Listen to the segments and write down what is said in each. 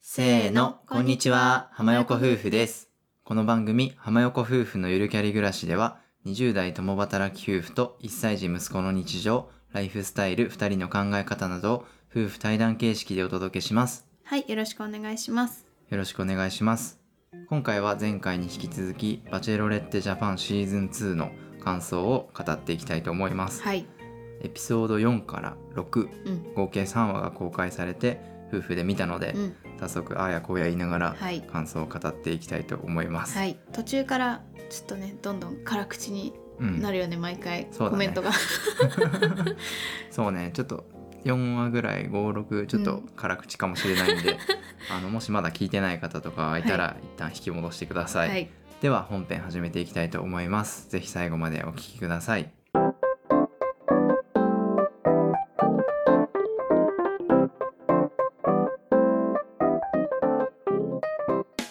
せーの、こんにちは。浜横夫婦です。この番組、浜横夫婦のゆるキャリ暮らしでは、20代共働き夫婦と1歳児息子の日常、ライフスタイル、2人の考え方などを夫婦対談形式でお届けします。はい、よろしくお願いします。よろしくお願いします。今回は前回に引き続き、バチェロレッテジャパンシーズン2の感想を語っていきたいと思います。はい、エピソード4から6、うん、合計3話が公開されて、夫婦で見たので、うん、早速あーやこうや言いながらはい感想を語っていきたいと思います。はい、途中からちょっとね、どんどん辛口にうん、なるよね、毎回そうだねコメントが。そうねちょっと4話ぐらい56ちょっうとん辛口かもしれないん で、あのもしまだ聞いてない方とかいたら一旦引き戻してください、はい、では本編始めていきたいと思いますぜひ最後までお聞きください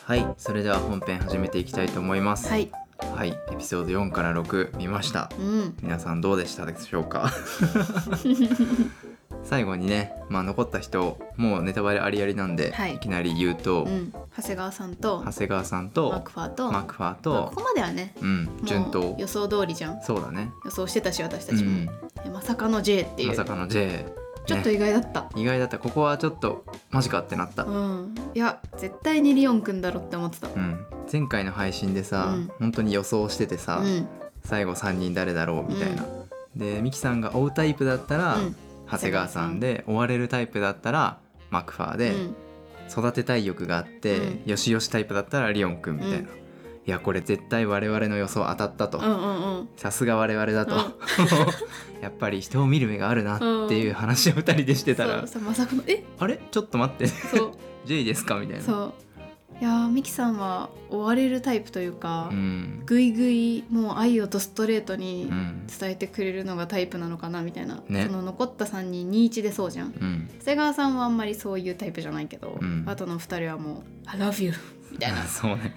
はいそれでは本編始めていきたいと思いますはい、はい、エピソード4から6見ました。うん、皆さんどうでしたでしょう か最後にね、まあ、残った人もうネタバレありありなんで、はいい、きなり言うと、うん、長谷川さんと長谷川さんマーとクファーと、マクファー、まあことこまではね、うん、もう順当予想通りじゃん。そうだね、予想してたし、私うたちもん、。えまさかの J っていまう、さかの J ちょっとね意外だった。意外だったここはちょっとマジかってなった、うん、いや、絶対にリオンくんだろって思ってた。うん、前回の配信でさ、うん本当に予想しててさ、うん、最後3人誰だろうみたいな、でミキさんが追うタイプだったら、うん長谷川さんで追われるタイプだったらマクファーで、うん、育てたい欲があって、うよしよしタイプだったらリオンくんみたいな、うんいやこれ絶対我々の予想当たったと、うん、うん、うん。さすが我々だと、 やっぱり人を見る目があるなっていう話を2人でしてたら、そう、そうまさかの、え、あれちょっと待ってそう。 J ですかみたいなそういやーミキさんは追われるタイプというか、ん、ぐいぐいもう愛をとストレートにうん伝えてくれるのがタイプなのかなみたいな、ねその残った3人21でそうじゃうんん、長谷川さんはあんまりそういうタイプじゃないけど、うんあとの2人はもう「I love you」みたいなそう ね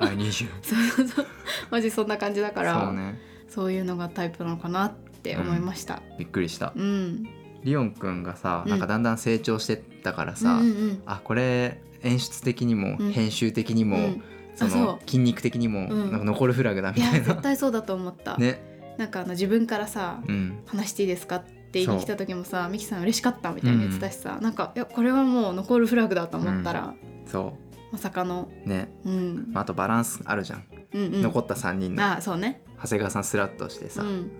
I need you そうそうそうマジそんな感じだからそうねそういうのがタイプなのかなって思いましたびっくりしたうん、リオンくんがさうんなんかだんだん成長してったからさ、うんうんあこれ演出的にもうん編集的にうも、んうんそあのそう筋肉的にも、うんなんか残るフラグだいみやたいな絶対そうだと思った、 ね、なんかあの自分からさうん、話していいですかって言いに来た時もさミキさん嬉しかったみたいに言ってたしさ、なんかいやこれはもう残るフラグだと思ったら、そまさかの、うね、うんまあ、あとバランスあるじゃん、うんうん、残った3人のあそうね長谷川さんスラッとしてうさ、ん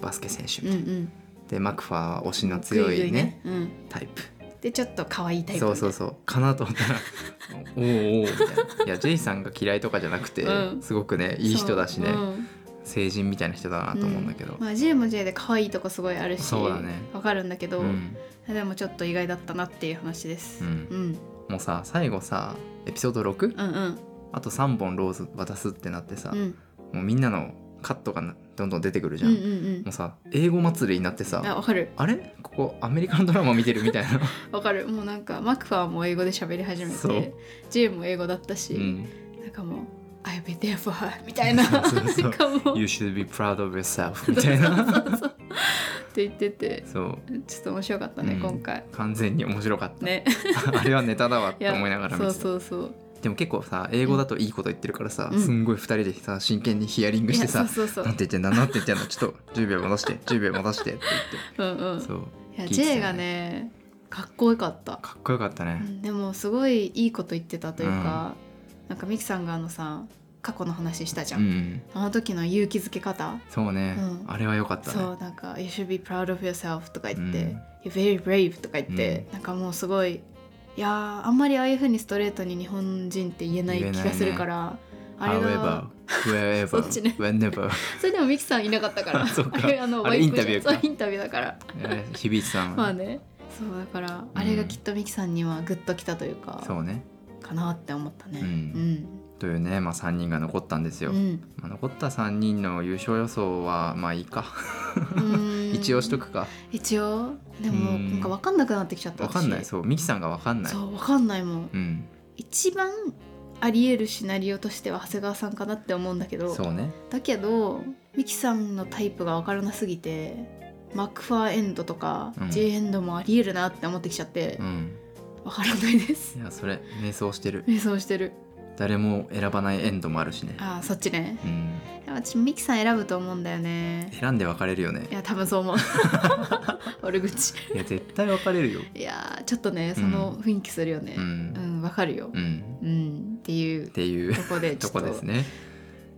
バスケ選手うんうんでマクファーは推しの強いねぐぐうん、タイプでちょっと可愛いタイプそうそううそうかなと思ったら おーおーみたいないやジェイさんが嫌いとかじゃなくて、うんすごくねいい人だしね、うん成人みたいな人だなと思うんだけど、まあ J も J で可愛いとかすごいあるしそうだねわかるんだけど、うんでもちょっと意外だったなっていう話です、うんうん、もうさ最後さエピソード 6?、うんうんあと3本ローズ渡すってなってさ、うんうんもうみんなのカットがなどんどん出てくるじうゃん、もんうさ英語祭りになってうんあさわかるあれここアメリカンドラマ見てるみたい な、わかるもうなんかマクファーも英語で喋り始めそうて J も英語だったし、うん、なんかもう「I'll be there for her」みたいな そうそうそうなんかもう You should be proud of yourself みたいな って言っててそうちょっと面白かったね、うん今回完全に面白かっねた あれはネタだわっいてや思いながら見そうてたそうそうでも結構さ英語だといいこと言ってるからさ、うんすんごい2人でさ真剣にヒアリングしていさやそうそうそ なんうて言ってんだなんて言ってんだちょっと10秒戻して10秒戻してってうんう言ってんそうい聞やいてたね J がねかっこよかった、かっこよかったうね、ん、でもすごいいいこと言ってたというか、なんかミキさんがあのさ過去の話したじうゃんん、あの時の勇気づけ方そうね、うんあれは良かったねそうなんか「You should be proud of yourself」とか言ってうん「You're very brave」とか言って、なんかもうすごいいやーあんまりああいうふうにストレートに日本人って言えない言え気ないねがするから、あれが However, wherever, そっちね whenever それでもミキさんいなかったか らそうかあれあのあれワイプじゃんインタビューかそうインタビューだからえー響いてたの、まあねそうだから、あれがきっとミキさんにはグッときたというかそうねかなって思ったねううんんというね、まあ、3人が残ったんですうよ、ん、まあ、残った3人の優勝予想はまあいいかうん 一応しとくか一応でもうんなんか分かんなくなってきちゃったわかんない私そうミキさんがわかんないそう分かんないもんうん一番あり得るシナリオとしては長谷川さんかなって思うんだけどそうねだけどミキさんのタイプが分からなすぎてマクファーエンドとか、うん J エンドもあり得るなって思ってきちゃってう、んわからないですいやそれ瞑想してる瞑想してる誰も選ばないエンドもあるしねあーそっちねうんいや私ミキさん選ぶと思うんだよね選んで別れるよねいや多分そう 思う悪口いや絶対別れるよいやーちょっとねその雰囲気するよねううんんわ、かるようん、っうん、っていうていうとこでちとょっことですね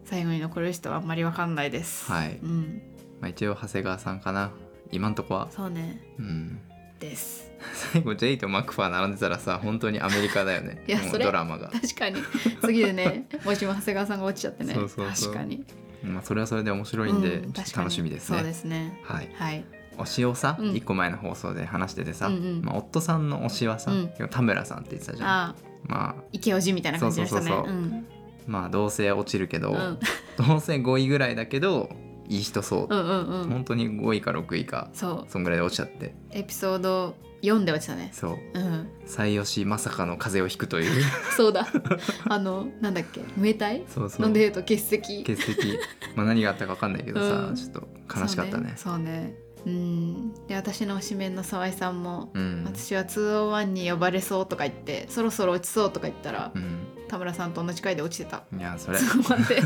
最後に残る人はあんまりわかんないですはいうんまあ、一応長谷川さんかな今んとこはそうねうんです 最後ジェイとマクファー並んでたらさ本当にアメリカだよねいやもうそれドラマが、確かに次で ねもしも長谷川さんが落ちちゃってねそうそうそう確かにまあ、それはそれで面白いんで、うんちょっ確とかに楽しみですねそうですねはいはい推しをさ、うん一個前の放送で話しててさ、うんうんまあ、夫さんの推しはさ、うん田村さんって言ってたじゃんああまあ池オジみたいな感じでしたそねうそうそうそうんまあどうせ落ちるけど、うんどうせ5位ぐらいだけどいい人そう、うんうんうん本当に5位か6位かそうそんぐらいで落ちちゃってエピソード4で落ちたねそううん最吉まさかの風邪をひくと いうそう だあのなんだっけ無タイそうそうのデート欠席欠席まあ何があったか分かんないけどさ、うんちょっと悲しかったねそうねそうねうんで私の推しメンの沢井さんも、うん、私は201に呼ばれそうとか言ってそろそろ落ちそうとか言ったら、うん、田村さんと同じ回で落ちてたいやそれ そこま で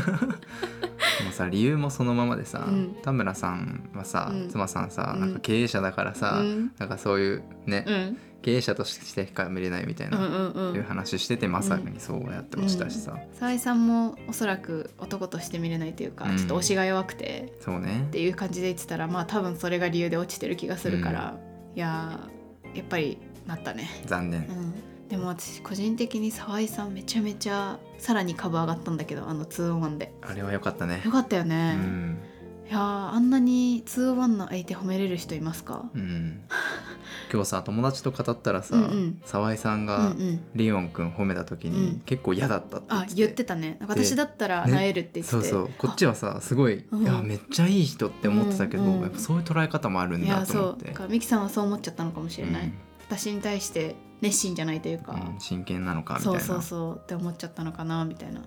もうさ理由もそのままでさ、うん田村さんはさ、うん妻さんさうんなんか経営者だからさ、うんなんかそういうね、うん経営者としてしか見れないみたいうんな、うんいううん話しててまさにそうやって落ちたしさ、沢井さんもおそらく男として見れないというか、うんちょっと推しが弱くてそうねっていう感じで言ってたらまあ多分それが理由で落ちてる気がするから、いやーやっぱりなったね残念、うん、でも私個人的に沢井さんめちゃめちゃさらに株上がったんだけどあの 2on1 であれは良かったねよかったようね、ん、いやーあんなに 2on1 の相手褒めれる人いますかうん、今日さ友達と語ったらさ、うんうん沢井さんうが、んうんリオンくん褒めた時うにん結構嫌だったって言っあてて,、言ってたねなんかで私だったらねなえるって言っててそうそうこっちはさすごい、うんいやめっちゃいい人って思ってたけど、うんうんやっぱそういう捉え方もあるあんいだやと思そっうてだからミキさんはそう思っちゃったのかもしれない、うん私に対して熱心じゃないというか、うん真剣なのかみたいそうなそうそうって思っちゃったのかなみたいな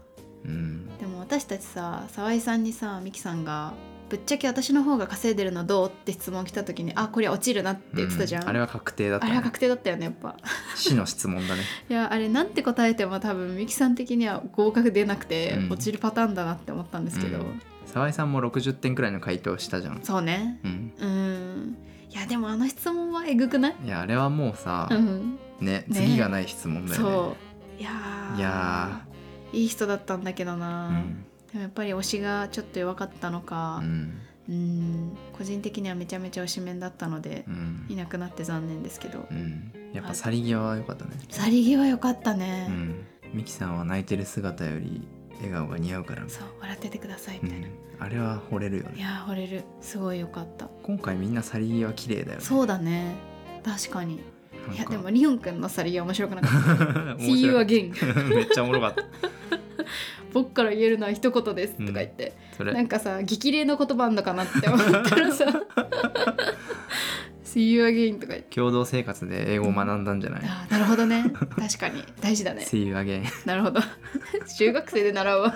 うんでも私たちさ沢井さんにさ美樹さんが「ぶっちゃけ私の方が稼いでるのどう?」って質問来た時に「あこれ落ちるな」って言ってたじゃん、うんあれは確定だっあた、れねは、確定だったよねやっぱ死の質問だねいやあれなんて答えても多分美樹さん的には合格出なくて、うん落ちるパターンだなって思ったんですけど、うん沢井さんも60点くらいの回答したじゃんそうねうんうんいやでもあの質問はえぐくない、いやあれはもうさ、うんねね次がない質問だよねそういやーいやいい人だったんだけどな、ーうん、でもやっぱり推しがちょっと弱かったのうか、んうん個人的にはめちゃめちゃ推しメンだったのでう、んいなくなって残念ですけどうんやっぱ去り際は良かったね、去り際良かったね、うんミキさんは泣いてる姿より笑顔が似合うから、そう笑っててくださいうみたいな、ん、あれは惚れるよいねやー惚れるすごい良かった今回みんな去り際綺麗だよねそうだね確かになんかいやでもリオンくんの去り際面白くなかっ 面白た「い See you again めっちゃおもろかった」僕から言えるのは一言です」とか言って、それなんかさ激励の言葉あんのかなって思っ たらさ「See you again」とか言って。共同生活で英語を学んだんじゃない、あーなるほどね確かに大事だね See you again なるほど 中学生で習うわ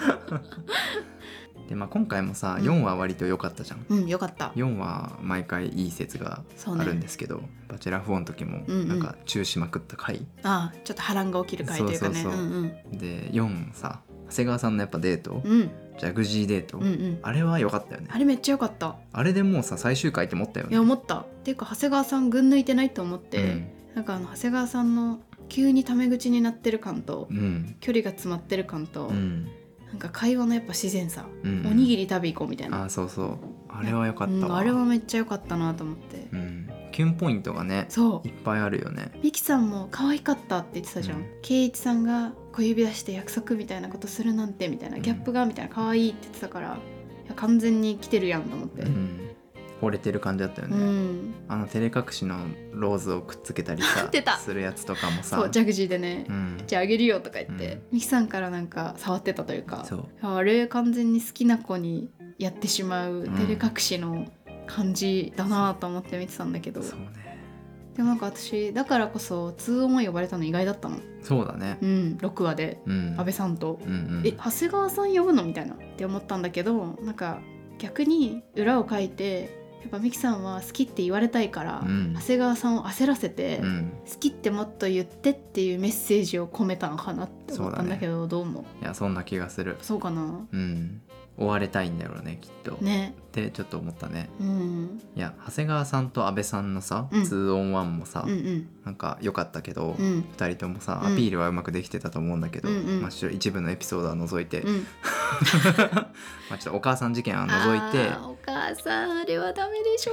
で、まあ、今回もさうん4は割と良かったじゃん、うんよかった4は毎回いい説がそうねあるんですけど、バチェラー4の時もうんうんなんか中止まくった回、ああちょっと波乱が起きる回というかねそうそうそううんで4さ長谷川さんのやっぱデート、うんうんジャグジーデート、うんうんあれは良かったよねあれめっちゃ良かったあれでもうさ最終回って思ったよいねや思ったっていうか長谷川さん群抜いてないと思って、なんかあの長谷川さんの急にタメ口になってる感とうんうん距離が詰まってる感と、うんなんか会話のやっぱ自然さ、うんおにぎり食べ行こうみたいあなーそうそうあれは良かったうん、わあれはめっちゃ良かったなと思って、うんキュンポイントがねそいっぱいあるよねうミキさんも可愛かったって言ってたじゃうんん圭一、さんが小指出して約束みたいなことするなんてみたいなうんギャップがみたいな可愛いって言ってたからいや完全に来てるやんと思って、ううんん惚れてる感じだったよね、あの照れ隠しのローズをくっつけたりさ 出たするやつとかもさそうジャグジーでね、うん、じゃああげるよとか言って、うんミキさんからなんか触ってたというかそうあれ完全に好きな子にやってしまう照れ隠しの感じだなと思って見てたんだけど、そうねでもなんか私だからこそ2音呼ばれたの意外だったのそうだねうん6話でうん安倍さんと、うんうんえ長谷川さん呼ぶのみたいなって思ったんだけどなんか逆に裏を書いてやっぱミキさんは好きって言われたいから、うん長谷川さんを焦らせて、うん好きってもっと言ってっていうメッセージを込めたのかなって思ったんだけどどうもいやそんな気がするそうかなうん追われたいんだろうねきっと、ねってちょっと思ったねうんいや長谷川さんと安倍さんのさ、うん2 on 1もさ、うんうんなんか良かったけど、う二ん2人ともさうんアピールはうまくできてたと思うんだけど、うんうんまあ、ちょっと一部のエピソードは除いて、うんまあちょっとお母さん事件は除いてあーお母さんあれはダメでしょ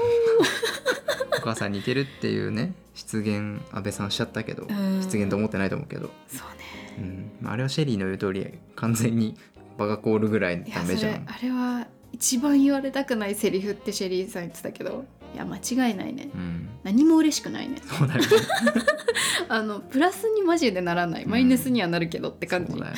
お母さん似てるっていうね失言安倍さんしちゃったけど、うん失言と思ってないと思うけど、そうねうんまああれはシェリーの言う通り完全にバカコールぐらいいダやそメじゃれんあれは一番言われたくないセリフってシェリーさん言ってたけどいや間違いないねうん何も嬉しくないねそうだよねあのプラスにマジでならないうんマイナスにはなるけどって感じ、そうだよね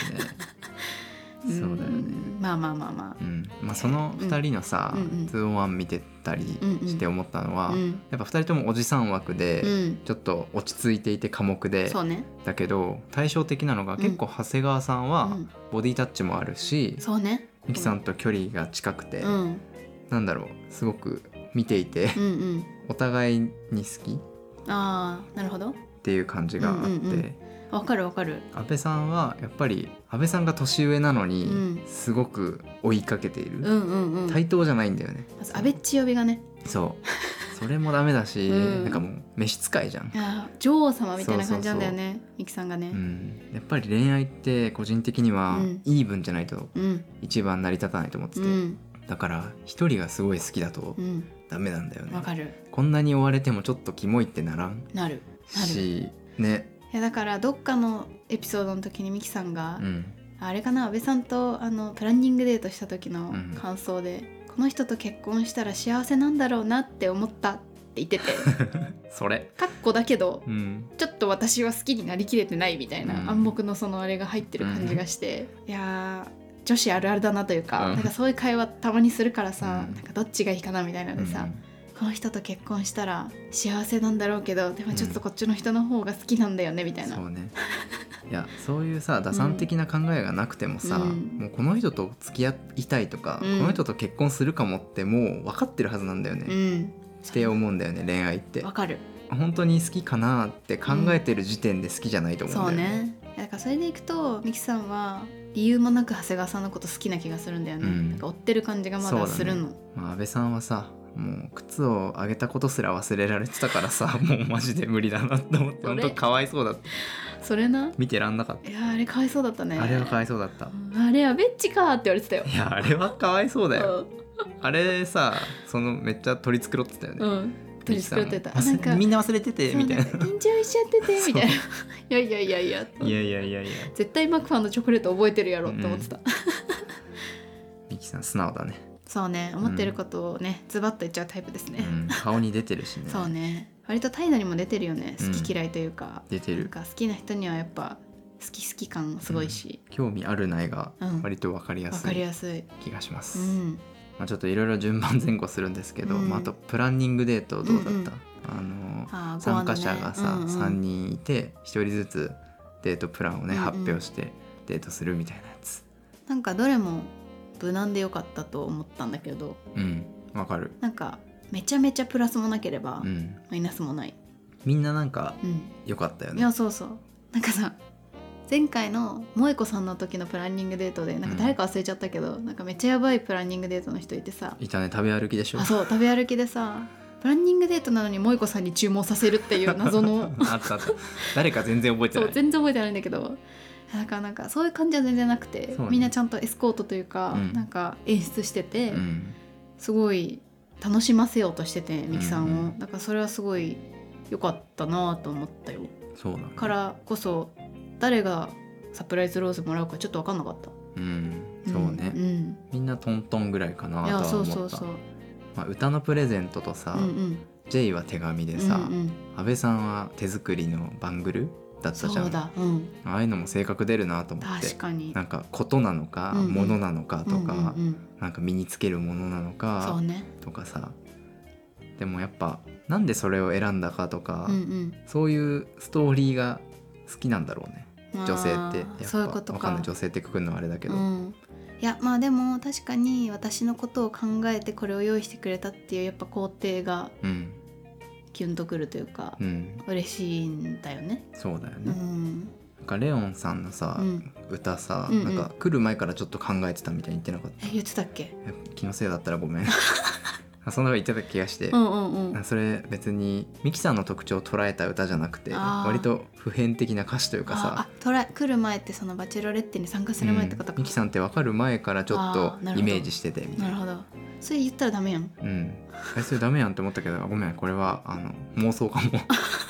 うんそうだよねまあまあまあまうんまあ、その2人のさ、うんうんうん2 on 1見てたりして思ったのは、あうんやっぱ2人ともおじさん枠で、うんちょっと落ち着いていて寡黙でそうねだけど対照的なのがうん結構長谷川さんうはんボディタッチもあるし、そうねミキさんと距離が近くて、うんなんだろうすごく見ていて うんうんお互いに好きっああなるほどていう感じがあって、うんうんうんわかるわかる安倍さんはやっぱり安倍さんが年上なのにうんすごく追いかけている、うんうんうん対等じゃないんだよねまず安倍っち呼びがねそうそれもダメだし、うんなんかもう召使いじゃん、あー女王様みたいな感じなんだよねミキさんがねうん、やっぱり恋愛って個人的にはうんイーブンじゃないとうん一番成り立たないと思ってうて、んだから一人がすごい好きだとうんダメなんだよねわ、かるこんなに追われてもちょっとキモいってならんなるなるいしねやだからどっかのエピソードの時にミキさんがう、んあれかな安倍さんとあのプランニングデートした時のうん感想で、この人と結婚したら幸せなんだろうなって思ったって言 っててそれかっこだけどうんちょっと私は好きになりきれてないみたいな、うん暗黙のそのあれが入ってる感じがして、いやー女子あるあるだなというか、うんなんかそういう会話たまにするからさ、うんなんかどっちがいいかなみたいなのでさ、うんこの人と結婚したら幸せなんだろうけどでもちょっとこっちの人の方が好きなんだよねみたいな、そうねいやそういうさ打算的な考えがなくてもさ、うんもうこの人と付き合いたいとか、うんこの人と結婚するかもってもう分かってるはずなんだよね、うっんて思うんだよね恋愛ってわかる本当に好きかなって考えてる時点で好きじゃないと思そうんうだよね。ねだからそれでいくとミキさんは理由もなく長谷川さんのこと好きな気がするんだよね、うんなんか追ってる感じがまそうだだねするの、まあ、安倍さんはさもう靴を上げたことすら忘れられてたからさ もうマジで無理だなって思ってそ本れ当かわいそうだったそれな見てらんなかっいやーあれかわいそうだったねたあれはかわいそうだったあれはベッチかーって言われてたよいやあれはかわいそうだよあれさそのめっちゃ取り繕ってたよね、うんうん取り繕ってたミキさんなもんかみんな忘れててみたいなそうなんか緊張しちゃっ ててみたいないやいやいやいやいやいやいやいや絶対マクファンのチョコレート覚えてるやろって思ってた、ミキさん素直だね、そうね思ってることをね、ズバッと言っちゃうタイプですねう、ん、顔に出てるしねそうね割と態度にも出てるよねうん好き嫌いというか、出てなんるか好きな人にはやっぱ好き好き感すごいし、興味あるないがうん割と分かりやわすかりいやすい、気がします、うん、まあ、ちょっといろいろ順番前後するんですけど、うんまあ、あとプランニングデートどうだった、うんうんあのあー参加者がさ、ご案内ねうんうん3人いて1人ずつデートプランをねうんうん発表してデートするみたいなやつなんかどれも無難でよかったと思ったんだけどうんわかる、なんかめちゃめちゃプラスもなければうん、マイナスもない、みんななんかうん、良かったよいねやそうそうなんかさ前回の萌子さんの時のプランニングデートでなんか誰か忘れちゃったけど、なんかめっちゃやばいプランニングデートの人いてさいたね食べ歩きでしょあそう食べ歩きでさプランニングデートなのに萌子さんに注文させるっていう謎のあったあった誰か全然覚えてそなうい全然覚えてないんだけどだからなんかそういう感じは全然なくて、そうねみんなちゃんとエスコートというか、うんなんか演出してて、うんすごい楽しませようとしててミキさんを、うんうんだからそれはすごい良かったなと思ったよそうだねからこそ誰がサプライズローズもらうかちょっと分かんなかったうんそうね、んみんなトントンぐらいかう、なんいとはや思ったそうそうそうまあ、歌のプレゼントとさ、うんうんジェイは手紙でさ、うんうん、安倍さんは手作りのバングルだったじゃそうんあだ、うん、あいうのも性格出るなと思って確かになんかことなのか、うんうんものなのかとか、うんうんうん、なんか身につけるものなのそかうねとかさでもやっぱなんでそれを選んだかとか、うんうんそういうストーリーが好きなんだろうね女性ってやっあーぱそういうことわかんない女性ってくくるのはあれだけど、うん、いやまあでも確かに私のことを考えてこれを用意してくれたっていうやっぱ肯定がうんキュンとくるというか、うん嬉しいんだよね。そうだようね、ん、なんかレオンさんのさ、うん歌さ、うんうんなんか来る前からちょっと考えてたみたいに言ってなかったえ言ってたっけ？え気のせいだったらご めんあそんなこと言ってた気がして、うんうんうん。あそれ別にミキさんの特徴を捉えた歌じゃなくてあー割と普遍的な歌詞というかあさあトライ来る前ってそのバチェロレッテに参加する前ってこうとんか、ミキさんって分かる前からちょっとあーなるほどイメージしててみたないるなほどそれ言ったらダメやんうん、えそれダメやんって思ったけどあごめんこれはあの妄想かも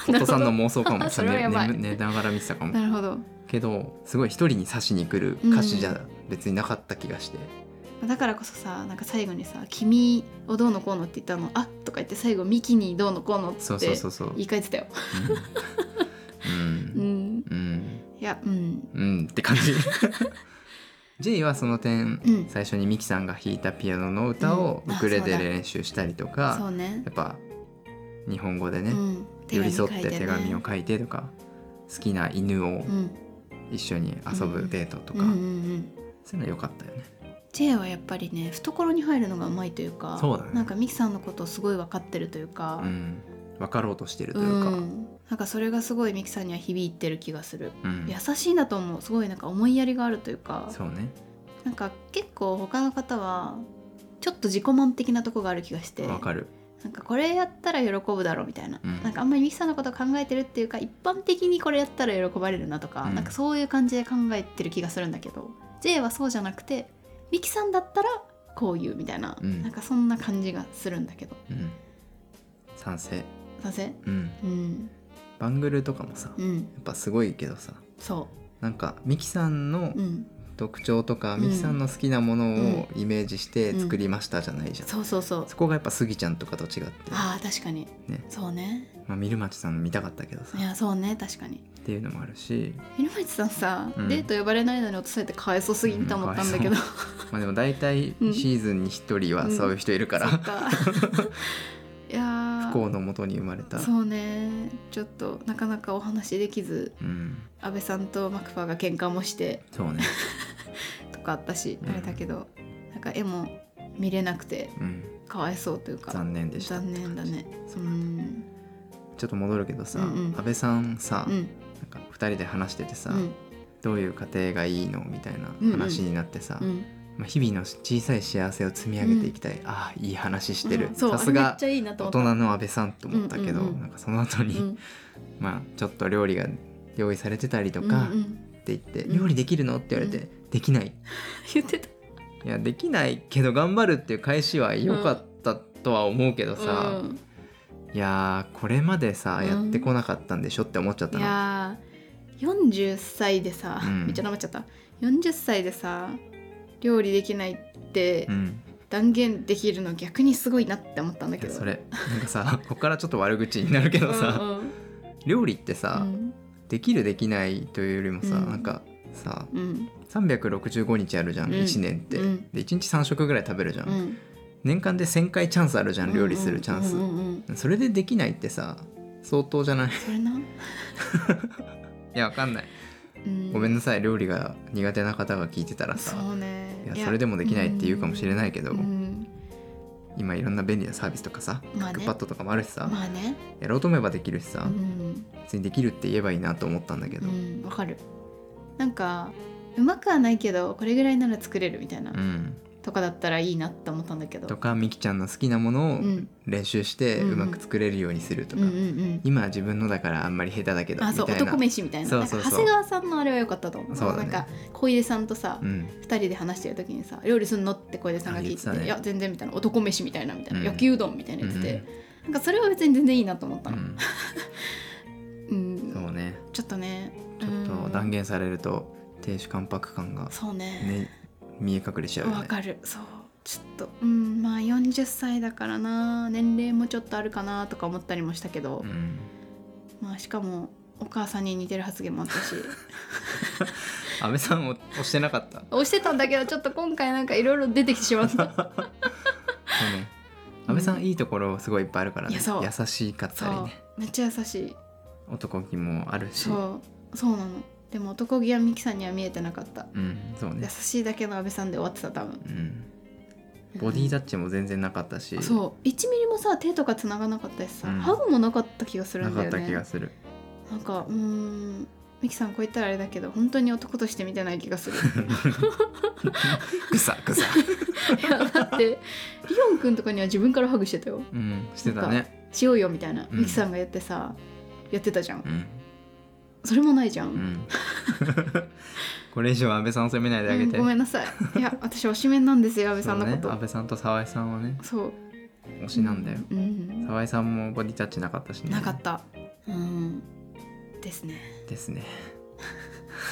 ほど夫さんの妄想かも それはねやばいね寝ながら見てたかもなるほどけどすごい一人に刺しに来る歌詞じゃ別になかった気がして、だからこそさなんか最後にさ「君をどうのこうの」って言ったの「あとか言って最後「ミキにどうのこうの」ってそうそうそうそう言い換えてたよううんんうんいやうんうんって感 じ J はその点、うん最初にミキさんが弾いたピアノの歌をうんウあクレレそうだで練習したりとか、そうねやっぱ日本語でね、うん、寄り添って手紙を書い書いてとか好きな犬をてね一緒に遊ぶデートとうんか、うんうんうんそういうの良かったよね。 J はやっぱりね懐に入るのがうまいというかそうだねなんかミキさんのことをすごい分かってるというか、うん、分かろうとしてるとういうか、ん、なんかそれがすごいミキさんには響いてる気がするうん優しいんだと思うすごいなんか思いやりがあるというかそうねなんか結構他の方はちょっと自己満的なとこがある気がして分かる、なんかこれやったら喜ぶだろうみたいな、うんなんかあんまりミキさんのこと考えてるっていうか一般的にこれやったら喜ばれるなとか、うんなんかそういう感じで考えてる気がするんだけど J はそうじゃなくてミキさんだったらこういうみたいな、うんなんかそんな感じがするんだけどうん、賛成、なぜうん、うんバングルとかもさ、うやんっぱすごいけどさそなんかミキさんのう、うん、特徴とか、うんミキさんの好きなものをイメージして作りましたじゃないじゃん、そうそうそうそこがやっぱスギちゃんとかと違って、あー確かに、ねそうねまあ、ミルマチさんの見たかったけどさいっやそうね確かにていうのもあるし、入町さんさ、うんデート呼ばれないのに落とされてかわいそうすぎんと思ったんだけど、うんかまあ、でも大体うんシーズンに一人はそういう人いるから、そっか いやー不幸のもとに生まれたう、そうねちょっとなかなかお話できずん、安倍さんとマクファーが喧嘩もしてそうね、とかあったし、うんあれだけどなんか絵も見れなくてうん、かわいそうというか残念でした残念だねそううんちょっと戻るけどさ、うんうん安倍さんさ、うなんんか2人で話しててさ、うんどういう家庭がいいのみたいなうんうん話になってさ、うんまあ、日々の小さい幸せを積み上げていきたい、ああいい話してる、うんそうさすあれめがっちゃいいな大と思った人の安倍さんと思ったけど、うんうんうんなんかその後に、うんまあちょっと料理が用意されてたりとかうんうん って言って「うん料理できるの?」って言われて「できない」言ってたいやできないけど頑張るっていう返しは良かったとは思うけどさ、うんいやーこれまでさ、うんやってこなかったんでしょって思っちゃったいなやー40歳でさ、うんめっちゃ黙っちゃった40歳でさ料理できないってうん、断言できるの逆にすごいなって思ったんだいけやどそれなんかさ ここからちょっと悪口になるけうどさ、んうん料理ってさ、できるできないというよりもさ、うんなんかさうんうん365日あるじゃん、うん1年って、うんで1日3食ぐらい食べるじゃん、うん年間で1,000回チャンスあるじゃん料理するチャンス、うんうんうんうんそれでできないってさ相当じゃない それな、いやわかんないうんごめんなさい料理が苦手な方が聞いてたらさそうねいやそれでもできないって言うかもしれないけど、うん今いろんな便利なサービスとかさ、まあねクックパッドとかもあるしさ、まあねやろうと思えばできるしさ、うん別にできるって言えばいいなと思ったんだけうど、うんんわかるなんかうまくはないけどこれぐらいなら作れるみたいな、とかだったらいいなって思ったんだけどとかみきちゃんの好きなものをうん練習してううんうんまく作れるようにするとか、うんうん今は自分のだからあんまり下手だけうどん、あみそうたいな男飯みたいなそうそうそうなんか長谷川さんのあれは良かったと思うそうだねなんか小出さんとさ、う二ん、人で話してる時にさ「料理すんの?」って小出さんが聞いててあ言ってたねいや全然」みたいな「男飯みたいな」みたいなう「ん焼きうどん」みたいな言ってうてん、なんかそれは別に全然いいなと思ったうの、 ん、うんそうねちょっとねちょっと断言言されると亭主関白感が、そうねね、見え隠れしちゃうよわね。かるそうちょっとうんまあ40歳だからな年齢もちょっとあるかなとか思ったりもしたけどう、ん、まあしかもお母さんに似てる発言もあったし 安倍さんを押してなかった押してたんだけどちょっと今回なんかいろいろ出てきてしま ったそうね。安倍さんいいところすごいいっぱいあるからいね。やそう優しかっそうたりね、めっちゃ優しい男気もあるし、そうそうなのでも男気はミキさんには見えてなかったうんそう優ねしいだけの安倍さんで終わってた多分うんボディタッチも全然なかったし、そう1ミリもさ手とか繋がなかったしさ、うんハグもなかった気がするなんかだっよたね気がするなんかうーんミキさんこう言ったらあれだけど本当に男として見てない気 がする草草いやだってリオンくんとかには自分からハグしてたようんしてたねしようよみたいな、うんミキさんがやってさやってたじゃんうんそれもないじゃん、うんこれ以上安倍さんを責めないであげて、うんごめんなさいいや私推しメンなんですよ安倍さんのこそうね、と安倍さんと沢井さんはねそう,、推しなんだよ、うん沢井さんもボディタッチなかったしねなかったうんですねですね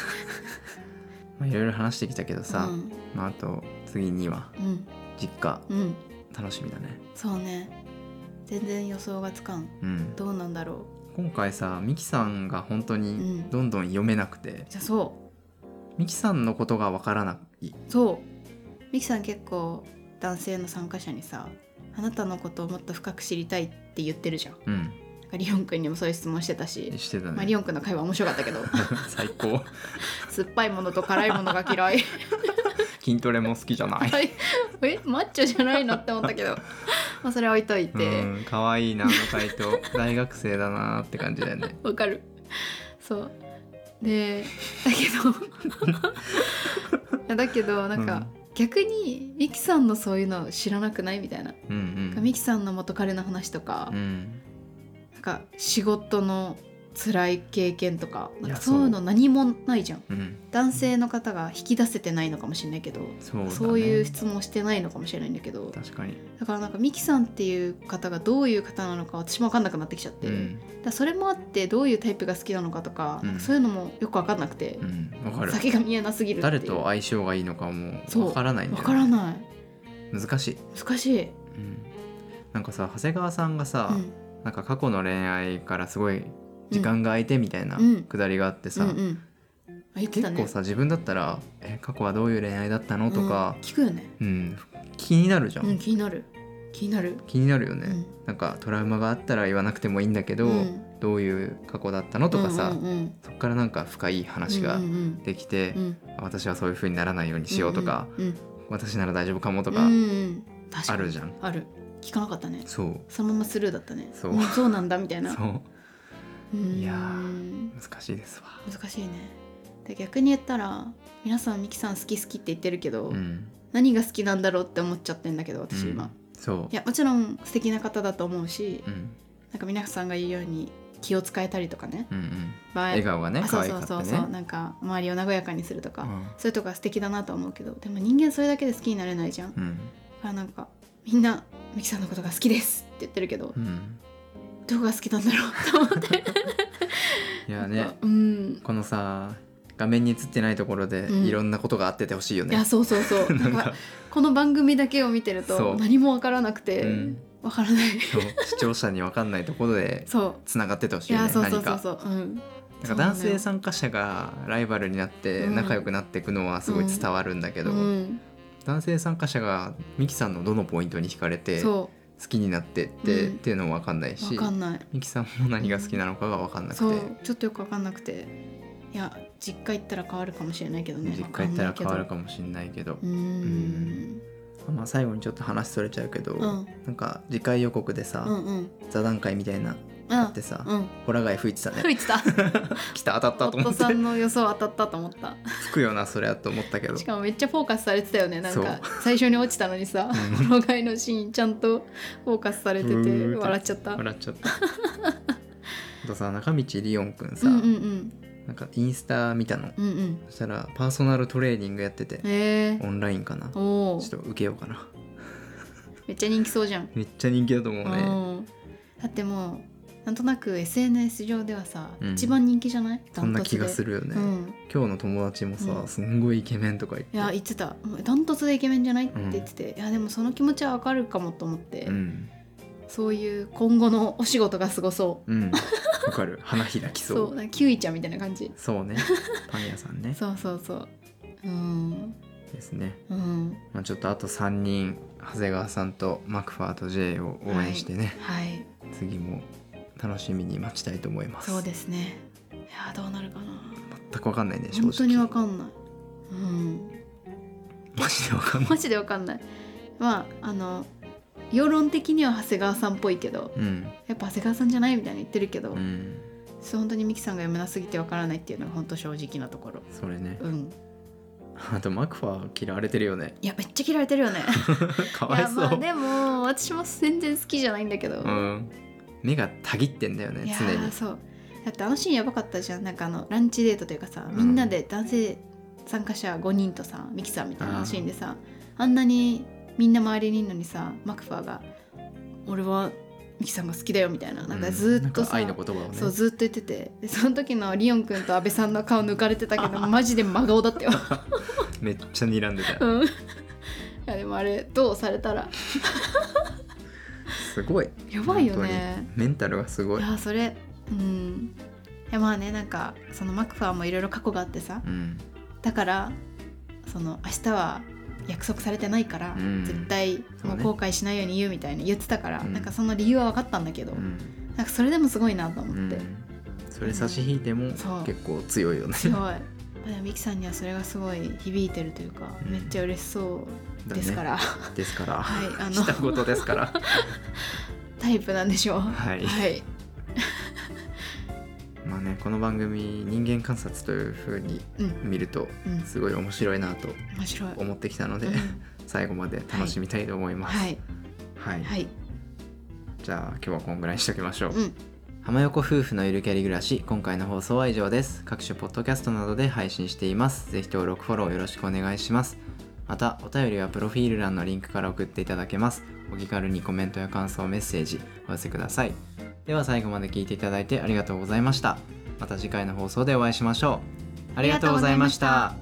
まあいろいろ話してきたけどさ、うんまあ、あと次にはうん実家うん楽しみだねそうね全然予想がつかんうんどうなんだろ今回さミキさんが本当ううにんどんどん読めなくて、じゃあそミキさんのことがわからないうそうミキさん結構男性の参加者にさあなたのことをもっと深く知りたいって言ってるじゃんうんなんかリオン君にもそういう質問してたし、してたね、まあ、リオン君の会話面白かったけど 最高酸っぱいものと辛いものが嫌い 筋トレも好きじゃないえマッチョじゃないのって思ったけどまあそれは置いといてうん可愛いなあの回 答大学生だなって感じだよねわかるそうでだけ どだけどなんか、逆にミキさんのそういうの知らなくないみたいな、うんうんミキさんの元彼の話とか、うんなんか仕事の辛い経験とかないんやかそういうの何もないじゃんうん男性の方が引き出せてないのかもしれないけどそうだねそういう質問してないのかもしれないんだけど確かにだからなんかミキさんっていう方がどういう方なのか私も分かんなくなってきちゃって、うだんからそれもあってどういうタイプが好きなのかとか,、うんそういうのもよく分かんなくてう、んわかる先が見えなすぎるっていう誰と相性がいいのかもそうわからないんだ分よ、からない難しい、難しい、うん、なんかさ長谷川さんがさ、うんなんか過去の恋愛からすごい時間が空いてみたいなうんくだりがあってさ、うんうん、あ言って結たね構さ自分だったら「え過去はどういう恋愛だったの?」とかうん、聞くよねうん気になるじゃん、うん気になる気になる気になるよね、うんなんかトラウマがあったら言わなくてもいいんだけど、うんどういう過去だったのとかさ、うんうんうんそっからなんか深い話がうんうんできて、うんうん私はそういう風にならないようにしようとか、うんうん私なら大丈夫かもとうんかうん確かあにるじゃん、ある聞かなかったねそうそのままスルーだったねそうんそうなんだみたいなそううーんいや難しいですわ難しいねで逆に言ったら皆さんミキさん好き好きって言ってるけど、うん何が好きなんだろうって思っちゃってんだけど私今、うんそういやもちろん素敵な方だと思うし、うんなんか皆さんが言うように気を使えたりとかねうんうん場合笑顔がねあ可そう愛そかうっそたうそう、ねなんか周りを和やかにするとか、うんそういうとこは素敵だなとは思うけどでも人間それだけで好きになれないじゃん、だうんからなんかみんなミキさんのことが好きですって言ってるけど、うんどこが好きなんだろうと思っていやね うんこのさ画面に映ってないところでうんいろんなことがあっててほしいよいねや、そうそうそ うななんんかかこの番組だけを見てるそとう何もわからなくて、うんわからない そう視聴者に分かんないところでそつながっててほしういいよやねそうそ何うそうかそううんなんか男性参加者がライバルになってうん仲良くなっていくのはすごい伝わるんだけけど、うん、男性参加者がミキさんのどのポイントに惹かれて好そきになってって、うんっていうのも分かんないうわしかんないミキさんも何が好きなのかが分かんなくそてうちょっとよくわかんなくていや実家行ったら変わるかもしれないけどね実家行ったら変わるもかもしんないけどうーんまあ、最後にちょっと話それちゃうけど、うんなんか次回予告でさ、うんうん座談会みたいなああってさ、うんホラ貝吹いてたね吹いてた来た当たったと思夫ってさんの予想当たったと思った吹くよなそりゃと思ったけどしかもめっちゃフォーカスされてたよねなんそかう最初に落ちたのにさう老害のシーンちゃんとフォーカスされてうてーって笑っちゃったうん笑っちゃった あとさ中道りおんくんさ、うんうんなんかインスタ見たのうんうんそしたらパーソナルトレーニングやっててへえオンラインかなちょおおっと受けようかなめっちゃ人気そうじゃんめっちゃ人気だと思うねうんだってもうなんとなく SNS 上ではさうん一番人気じゃないそんな気がするるよね、うん今日の友達もさ、うんすんごいイケメンとか言っていや言ってた「ダントツでイケメンじゃない?」って言ってて、いやでもその気持ちはわかるかもと思って、うんそういう今後のお仕事がすごそううんわかる花開きそうそうなんかキウイちゃんみたいな感じそうねパン屋さんね そうそうそううんですね、うんまあ、ちょっとあと3人長谷川さんとマクファーと J を応援してね、はい次も楽しみに待ちたいと思いますそうですねいやーどうなるかな全全くわかんないね正直本当にわかんないうんマジでわかんないマジでわかんないまああの世論的には長谷川さんっぽいけどうんやっぱ長谷川さんじゃないみたいな言ってるけど、うんそう本当にミキさんが読めなすぎてわからないっていうのが本当正直なところそれねうんあとマクファー嫌われてるよね いやめっちゃ嫌われてるよねかいわいやそうまあでも私も全然好きじゃないんだけど、うん目がたぎってんだよいねや常ーにそうだってあのシーンやばかったじゃんなんかあのランチデートというかさみんなで男性参加者5人とさミキさんみたいなシーンでさあんなにみんな周りにいるのにさマクファーが「俺はミキさんが好きだよ」みたいななんかずーっとうんさ、なんか愛の言葉をねそうずっと言っててでその時のリオン君と阿部さんの顔抜かれてたけどマジで真顔だったよ、めっちゃ睨んでたようん、い やでもあれどうされたらすごいやばいよ本ね当にメンタルがすごいいやそれうんいやまあねなんかそのマクファーもいろいろ過去があってさうんだからその明日は約束されてないから、うん絶対そうもうね後悔しないように言うみたいに言ってたから、うんなんかその理由は分かったんだけど、うんなんかそれでもすごいなと思うって、んそれ差し引いてもそう結構強いよねすごい。でもミキさんにはそれがすごい響いてるというか、うんめっちゃ嬉しそうですから、だねですから はい あしたこのとですから タイプなんでしょう。はいはい、まあねこの番組人間観察という風にうん見るとうんすごい面白いなと面白い。思ってきたので、うん最後まで楽しみたいと思いますはいはい、はい、じゃあ今日はこんぐらいにしときましょう、うん、浜横夫婦のゆるキャリ暮らし今回の放送は以上です各種ポッドキャストなどで配信していますぜひ登録フォローよろしくお願いしますまたお便りはプロフィール欄のリンクから送っていただけますお気軽にコメントや感想メッセージお寄せくださいでは最後まで聞いていただいてありがとうございましたまた次回の放送でお会いしましょうありがとうございました